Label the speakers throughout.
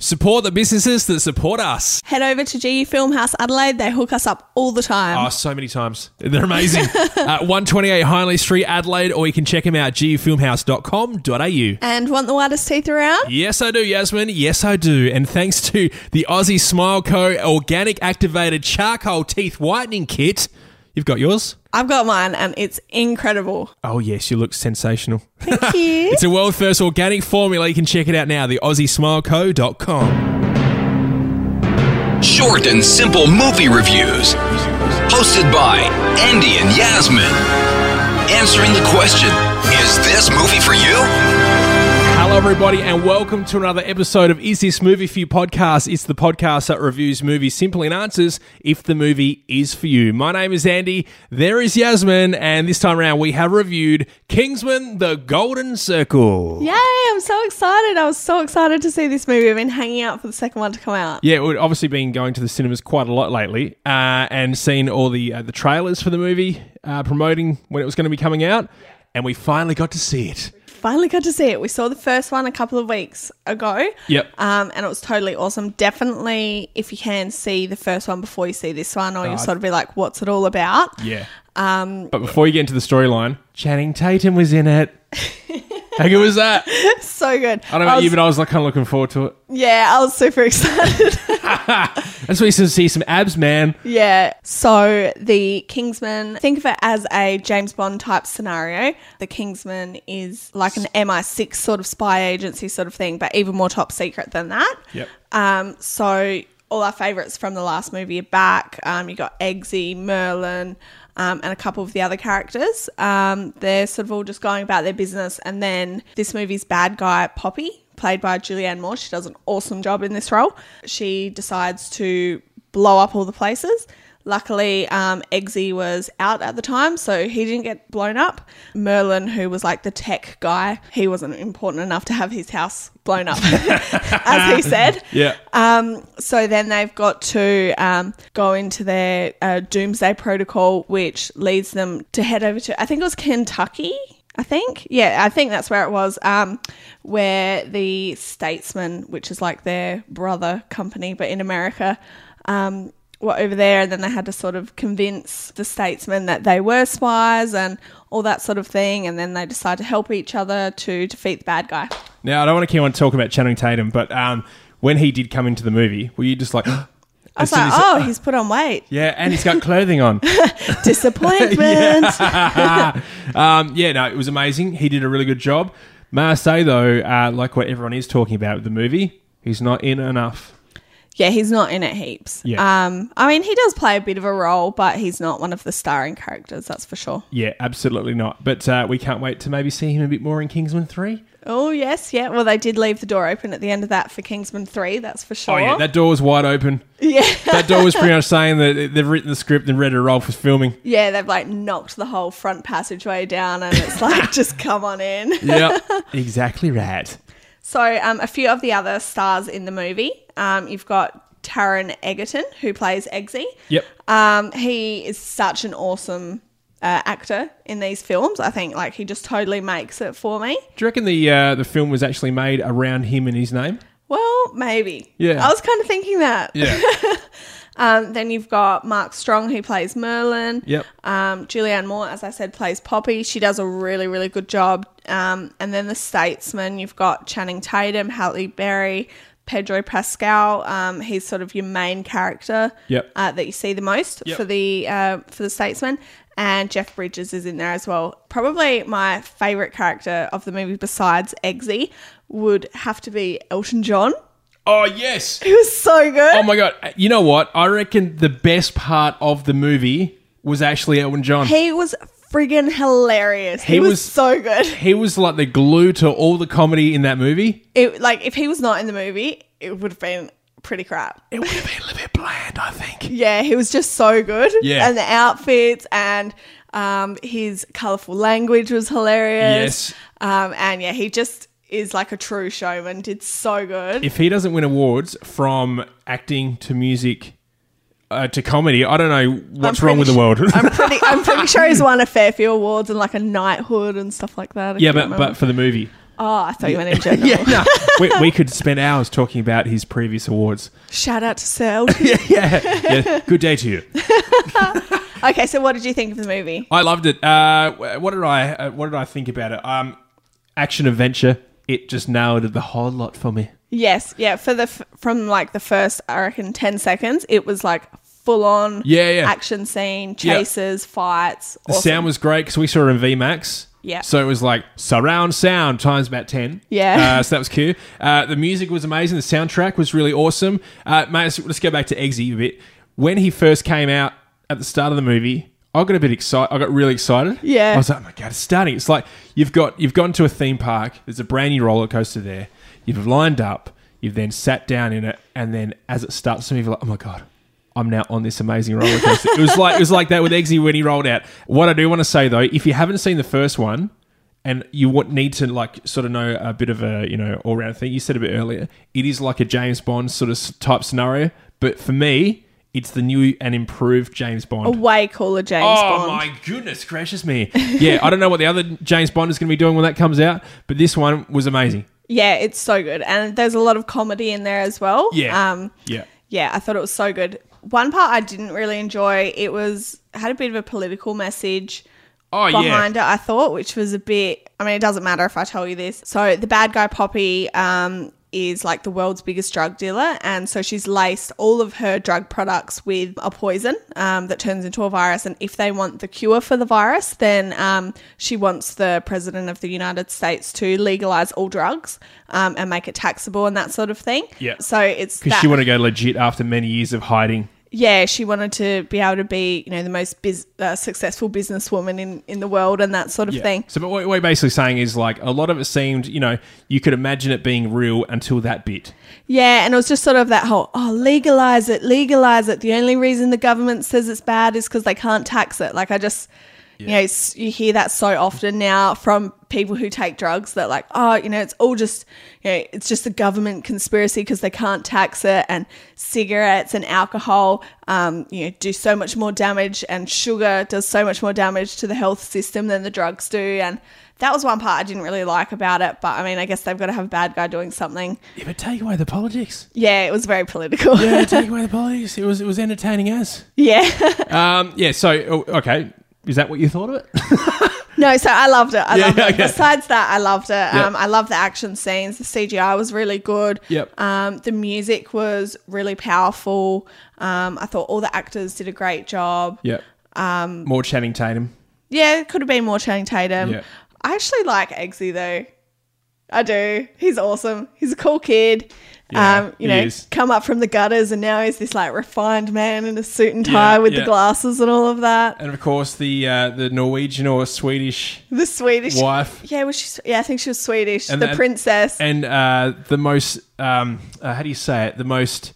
Speaker 1: Support the businesses that support us.
Speaker 2: Head over to GU Filmhouse Adelaide. They hook us up all the time.
Speaker 1: Oh, so many times. They're amazing. uh, 128 Hindley Street, Adelaide, or you can check them out, gufilmhouse.com.au.
Speaker 2: And want the whitest teeth around?
Speaker 1: Yes, I do, Yasmin. Yes, I do. And thanks to the Aussie Smile Co. Organic Activated Charcoal Teeth Whitening Kit. You've got yours?
Speaker 2: I've got mine and it's incredible.
Speaker 1: Oh, yes, you look sensational.
Speaker 2: Thank you.
Speaker 1: It's a world first organic formula. You can check it out now, the AussieSmileCo.com.
Speaker 3: Short and simple movie reviews. Hosted by Andy and Yasmin. Answering the question Is this movie for you?
Speaker 1: Hello, everybody, and welcome to another episode of Is This Movie For You podcast. It's the podcast that reviews movies simply and answers if the movie is for you. My name is Andy, there is Yasmin, and this time around we have reviewed Kingsman The Golden Circle.
Speaker 2: Yay, I'm so excited. I was so excited to see this movie. I've been hanging out for the second one to come out.
Speaker 1: Yeah, we've obviously been going to the cinemas quite a lot lately, uh, and seen all the uh, the trailers for the movie uh, promoting when it was going to be coming out, and we finally got to see it.
Speaker 2: Finally got to see it. We saw the first one a couple of weeks ago.
Speaker 1: Yep.
Speaker 2: Um, and it was totally awesome. Definitely, if you can see the first one before you see this one, or you'll sort of be like, what's it all about?
Speaker 1: Yeah. Um, but before you get into the storyline, Channing Tatum was in it. How good was that? I
Speaker 2: So good.
Speaker 1: don't know about
Speaker 2: was,
Speaker 1: you, but I was like kind of looking forward to it.
Speaker 2: Yeah, I was super excited.
Speaker 1: That's where you should see some abs, man.
Speaker 2: yeah. So the Kingsman, think of it as a James Bond type scenario. The Kingsman is like an MI6 sort of spy agency sort of thing, but even more top secret than that.
Speaker 1: Yep.
Speaker 2: Um, so all our favourites from the last movie are back. Um, you got Eggsy, Merlin, um, and a couple of the other characters. Um, they're sort of all just going about their business, and then this movie's bad guy Poppy, played by Julianne Moore, she does an awesome job in this role. She decides to blow up all the places. Luckily, um, Eggsy was out at the time, so he didn't get blown up. Merlin, who was like the tech guy, he wasn't important enough to have his house blown up, as he said.
Speaker 1: Yeah.
Speaker 2: Um, so then they've got to um, go into their uh, doomsday protocol, which leads them to head over to, I think it was Kentucky. I think, yeah, I think that's where it was, um, where the Statesman, which is like their brother company, but in America, um, were over there, and then they had to sort of convince the Statesman that they were spies and all that sort of thing, and then they decide to help each other to defeat the bad guy.
Speaker 1: Now, I don't want to keep on talking about Channing Tatum, but um, when he did come into the movie, were you just like, I
Speaker 2: I was like, oh, he's put on weight.
Speaker 1: Yeah, and he's got clothing on.
Speaker 2: Disappointment.
Speaker 1: Um, yeah, no, it was amazing. He did a really good job. May I say, though, uh, like what everyone is talking about with the movie, he's not in enough.
Speaker 2: Yeah, he's not in it heaps.
Speaker 1: Yeah.
Speaker 2: Um, I mean, he does play a bit of a role, but he's not one of the starring characters, that's for sure.
Speaker 1: Yeah, absolutely not. But uh, we can't wait to maybe see him a bit more in Kingsman 3.
Speaker 2: Oh, yes, yeah. Well, they did leave the door open at the end of that for Kingsman 3, that's for sure.
Speaker 1: Oh, yeah, that door was wide open.
Speaker 2: yeah.
Speaker 1: That door was pretty much saying that they've written the script and ready to roll for filming.
Speaker 2: Yeah, they've like knocked the whole front passageway down and it's like, just come on in.
Speaker 1: Yeah, exactly right.
Speaker 2: So, um, a few of the other stars in the movie. Um, you've got Taron Egerton, who plays Eggsy.
Speaker 1: Yep.
Speaker 2: Um, he is such an awesome uh, actor in these films. I think like he just totally makes it for me.
Speaker 1: Do you reckon the uh, the film was actually made around him and his name?
Speaker 2: Well, maybe.
Speaker 1: Yeah.
Speaker 2: I was kind of thinking that.
Speaker 1: Yeah.
Speaker 2: Um, then you've got Mark Strong, who plays Merlin.
Speaker 1: Yep.
Speaker 2: Um, Julianne Moore, as I said, plays Poppy. She does a really, really good job. Um, and then the Statesman, you've got Channing Tatum, Halle Berry, Pedro Pascal. Um, he's sort of your main character
Speaker 1: Yep.
Speaker 2: uh, that you see the most
Speaker 1: Yep.
Speaker 2: for the uh, for the Statesman. And Jeff Bridges is in there as well. Probably my favorite character of the movie, besides Eggsy, would have to be Elton John.
Speaker 1: Oh, yes.
Speaker 2: He was so good.
Speaker 1: Oh, my God. You know what? I reckon the best part of the movie was actually Elton John.
Speaker 2: He was friggin' hilarious. He,
Speaker 1: He
Speaker 2: was,
Speaker 1: was-
Speaker 2: so good.
Speaker 1: He was like the glue to all the comedy in that movie.
Speaker 2: It, like if he was not in the movie, it would have been pretty crap.
Speaker 1: It would have been a little bit bland, I think.
Speaker 2: Yeah, he was just so good.
Speaker 1: Yeah.
Speaker 2: and the outfits and um, his colorful language was hilarious.
Speaker 1: Yes.
Speaker 2: um, and yeah, he just is like a true showman. Did so good.
Speaker 1: If he doesn't win awards from acting to music uh, to comedy, I don't know what's
Speaker 2: I'm
Speaker 1: wrong with the
Speaker 2: pretty
Speaker 1: world.
Speaker 2: I'm pretty. I'm pretty sure he's won a fair few awards and like a knighthood and stuff like that. I
Speaker 1: yeah,
Speaker 2: can't
Speaker 1: but,
Speaker 2: remember.
Speaker 1: but for the movie.
Speaker 2: Oh, I thought you meant in general.
Speaker 1: yeah, no, we, we could spend hours talking about his previous awards.
Speaker 2: Shout out to Sir Elton.
Speaker 1: yeah, yeah. Good day to you.
Speaker 2: Okay, so what did you think of the movie?
Speaker 1: I loved it. Uh, wh- what did I? Uh, what did I think about it? Um, action adventure. It just nailed it the whole lot for me.
Speaker 2: Yes, yeah. For the f- from like the first, I reckon, ten seconds, it was like full on.
Speaker 1: Yeah, yeah.
Speaker 2: Action scene,
Speaker 1: Yeah.
Speaker 2: chases, fights.
Speaker 1: The sound was great because we saw it in VMAX.
Speaker 2: Yeah.
Speaker 1: So it was like surround sound times about 10.
Speaker 2: Yeah.
Speaker 1: Uh, so that was cool. Uh, the music was amazing. The soundtrack was really awesome. Uh, mate, let's, let's go back to Eggsy a bit. When he first came out at the start of the movie, I got a bit excited. I got really excited.
Speaker 2: Yeah.
Speaker 1: I was like, oh my God, it's starting. It's like you've got you've gone to a theme park. There's a brand new roller coaster there. You've lined up. You've then sat down in it. And then as it starts to move, you're like, oh my God, I'm now on this amazing roller coaster. it was like it was like that with Eggsy when he rolled out. What I do want to say though, if you haven't seen the first one, and you want, need to like sort of know a bit of a you know all round thing, you said a bit earlier, it is like a James Bond sort of s- type scenario. But for me, it's the new and improved James Bond.
Speaker 2: A way cooler James
Speaker 1: Oh
Speaker 2: Bond.
Speaker 1: my goodness, crashes me. Yeah, I don't know what the other James Bond is going to be doing when that comes out, but this one was amazing.
Speaker 2: Yeah, it's so good, and there's a lot of comedy in there as well.
Speaker 1: Yeah.
Speaker 2: Um.
Speaker 1: yeah.
Speaker 2: Yeah, I thought it was so good. One part I didn't really enjoy. It was had a bit of a political message.
Speaker 1: Oh yeah.
Speaker 2: behind it, I thought, which was a bit. I mean, it doesn't matter if I tell you this. So the bad guy Poppy um, is like the world's biggest drug dealer, and so she's laced all of her drug products with a poison um, that turns into a virus. And if they want the cure for the virus, then um, she wants the president of the United States to legalize all drugs um, and make it taxable and that sort of thing.
Speaker 1: Yeah.
Speaker 2: So it's
Speaker 1: Because
Speaker 2: that-
Speaker 1: she wanted to go legit after many years of hiding.
Speaker 2: yeah, she wanted to be able to be, you know, the most bus uh, successful businesswoman in, in the world and that sort of
Speaker 1: Yeah.
Speaker 2: thing.
Speaker 1: So but what what you're basically saying is like a lot of it seemed, you know, you could imagine it being real until that bit.
Speaker 2: Yeah, and it was just sort of that whole, oh, legalize it, legalize it. The only reason the government says it's bad is because they can't tax it. Like, I just, you know, s- you hear that so often now from people who take drugs that, like, oh, you know, it's all just, you know, it's just the government conspiracy because they can't tax it. And cigarettes and alcohol, um, you know, do so much more damage, and sugar does so much more damage to the health system than the drugs do. And that was one part I didn't really like about it. But I mean, I guess they've got to have a bad guy doing something.
Speaker 1: Yeah, but take away the politics.
Speaker 2: Yeah, it was very political. Yeah.
Speaker 1: Yeah, take away the politics. It was it was entertaining as. Um yeah, so oh, okay. Is that what you thought of it?
Speaker 2: Um, no, so I loved it. I
Speaker 1: Yeah,
Speaker 2: loved
Speaker 1: yeah,
Speaker 2: it.
Speaker 1: yeah.
Speaker 2: Besides that, I loved it.
Speaker 1: Yep.
Speaker 2: Um, I love the action scenes. The CGI was really good.
Speaker 1: Yep.
Speaker 2: Um, the music was really powerful. Um, I thought all the actors did a great job.
Speaker 1: yeah. Um more Channing Tatum.
Speaker 2: Yeah, it could have been more Channing Tatum.
Speaker 1: Yeah.
Speaker 2: I actually like Eggsy though. I do. He's awesome. He's a cool kid.
Speaker 1: Yeah,
Speaker 2: um,
Speaker 1: he
Speaker 2: you know,
Speaker 1: is.
Speaker 2: come up from the gutters, and now he's this like refined man in a suit and tie
Speaker 1: Yeah,
Speaker 2: with
Speaker 1: yeah.
Speaker 2: the glasses and all of that.
Speaker 1: And of course the uh, the Norwegian or Swedish
Speaker 2: The Swedish
Speaker 1: wife
Speaker 2: Yeah, was she? Yeah, I think she was Swedish.
Speaker 1: And
Speaker 2: the
Speaker 1: then-
Speaker 2: princess.
Speaker 1: and uh, the most um, uh, how do you say it the most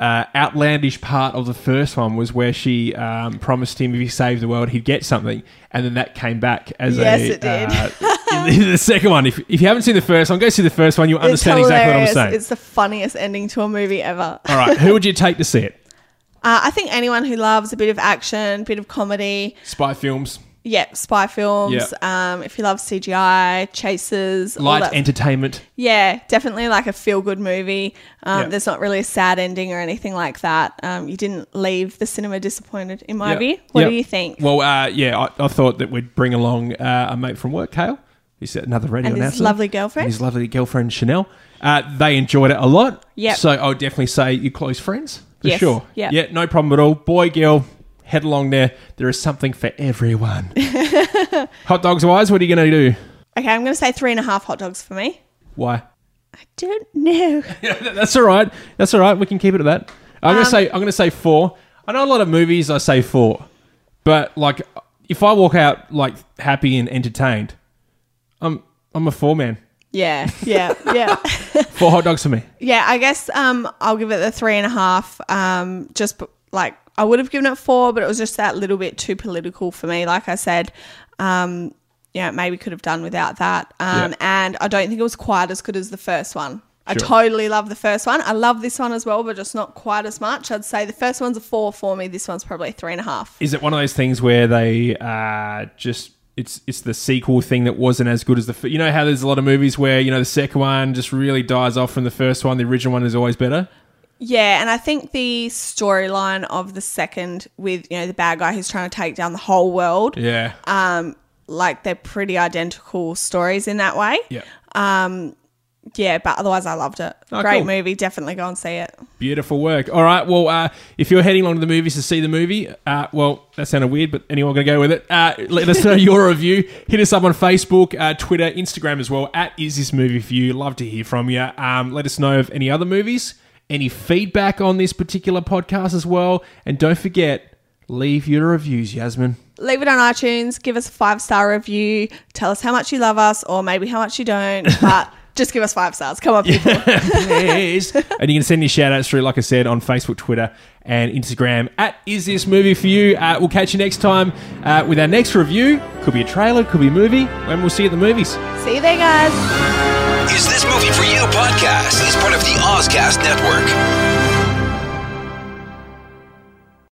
Speaker 1: uh, outlandish part of the first one was where she um, promised him if he saved the world he'd get something and then that came back as
Speaker 2: Yes,
Speaker 1: a
Speaker 2: it did.
Speaker 1: Uh, in the, in the second one if, if you haven't seen the first one go see the first one you'll
Speaker 2: it's
Speaker 1: understand exactly what i'm
Speaker 2: hilarious.
Speaker 1: saying
Speaker 2: It's the funniest ending to a movie ever. Uh,
Speaker 1: all right who would you take to see it
Speaker 2: I think anyone who loves a bit of action, bit of comedy,
Speaker 1: spy films
Speaker 2: yeah, spy films. Um, if you love CGI, chases, all
Speaker 1: light
Speaker 2: that-
Speaker 1: entertainment
Speaker 2: yeah, definitely like a feel good movie. Um,
Speaker 1: Yeah.
Speaker 2: There's not really a sad ending or anything like that. Um, you didn't leave the cinema disappointed, in my
Speaker 1: Yeah.
Speaker 2: view. What
Speaker 1: Yeah.
Speaker 2: do you think?
Speaker 1: well uh, yeah I, I thought that we'd bring along uh, a mate from work Kale He's another radio
Speaker 2: And his
Speaker 1: announcer.
Speaker 2: lovely girlfriend.
Speaker 1: and his lovely girlfriend Chanel. Uh, they enjoyed it a lot.
Speaker 2: Yep.
Speaker 1: So I would definitely say you're close friends for
Speaker 2: Yes,
Speaker 1: sure.
Speaker 2: yep.
Speaker 1: Yeah. No problem at all. Boy, girl, head along there. There is something for everyone. Hot dogs wise, what are you going to do?
Speaker 2: okay, I'm going to say three and a half hot dogs for me.
Speaker 1: Why?
Speaker 2: I don't know.
Speaker 1: That's all right. That's all right. We can keep it at that. I'm gonna say I'm gonna say four. I know a lot of movies I say four, but like if I walk out like happy and entertained, I'm I'm a four man.
Speaker 2: yeah, yeah, yeah.
Speaker 1: Four hot dogs for me.
Speaker 2: Yeah, I guess um, I'll give it the three and a half. Um, just b- like I would have given it four, but it was just that little bit too political for me. Like I said, um, yeah, maybe could have done without that. Um,
Speaker 1: Yeah.
Speaker 2: And I don't think it was quite as good as the first one. I
Speaker 1: Sure.
Speaker 2: totally love the first one. I love this one as well, but just not quite as much. I'd say the first one's a four for me. This one's probably a three and a half.
Speaker 1: Is it one of those things where they uh, just it's it's the sequel thing that wasn't as good as the. F- you know how there's a lot of movies where you know the second one just really dies off from the first one. The original one is always better.
Speaker 2: Yeah, and I think the storyline of the second with, you know, the bad guy who's trying to take down the whole world,
Speaker 1: Yeah.
Speaker 2: like they're pretty identical stories in that way.
Speaker 1: yeah.
Speaker 2: Yeah, but otherwise I loved it.
Speaker 1: Oh,
Speaker 2: Great
Speaker 1: cool.
Speaker 2: movie, definitely go and see it.
Speaker 1: Beautiful work. All right. Well, uh, if you're heading along to the movies to see the movie, uh, well, that sounded weird, but anyway, we're going to go with it. Uh, let us know your review. Hit us up on Facebook, uh, Twitter, Instagram as well, at Is This Movie For You. Love to hear from you. Um, let us know of any other movies, any feedback on this particular podcast as well. And don't forget, leave your reviews, Yasmin.
Speaker 2: Leave it on iTunes, give us a five star review, tell us how much you love us or maybe how much you don't, but just give us five stars. Come on, people.
Speaker 1: Please. and you can send your shout outs through, like I said, on Facebook, Twitter, and Instagram at Is This Movie For You. Uh, we'll catch you next time uh, with our next review. Could be a trailer, could be a movie, and we'll see you at the movies.
Speaker 2: See you there, guys.
Speaker 3: Is This Movie For You podcast is part of the Ozcast Network.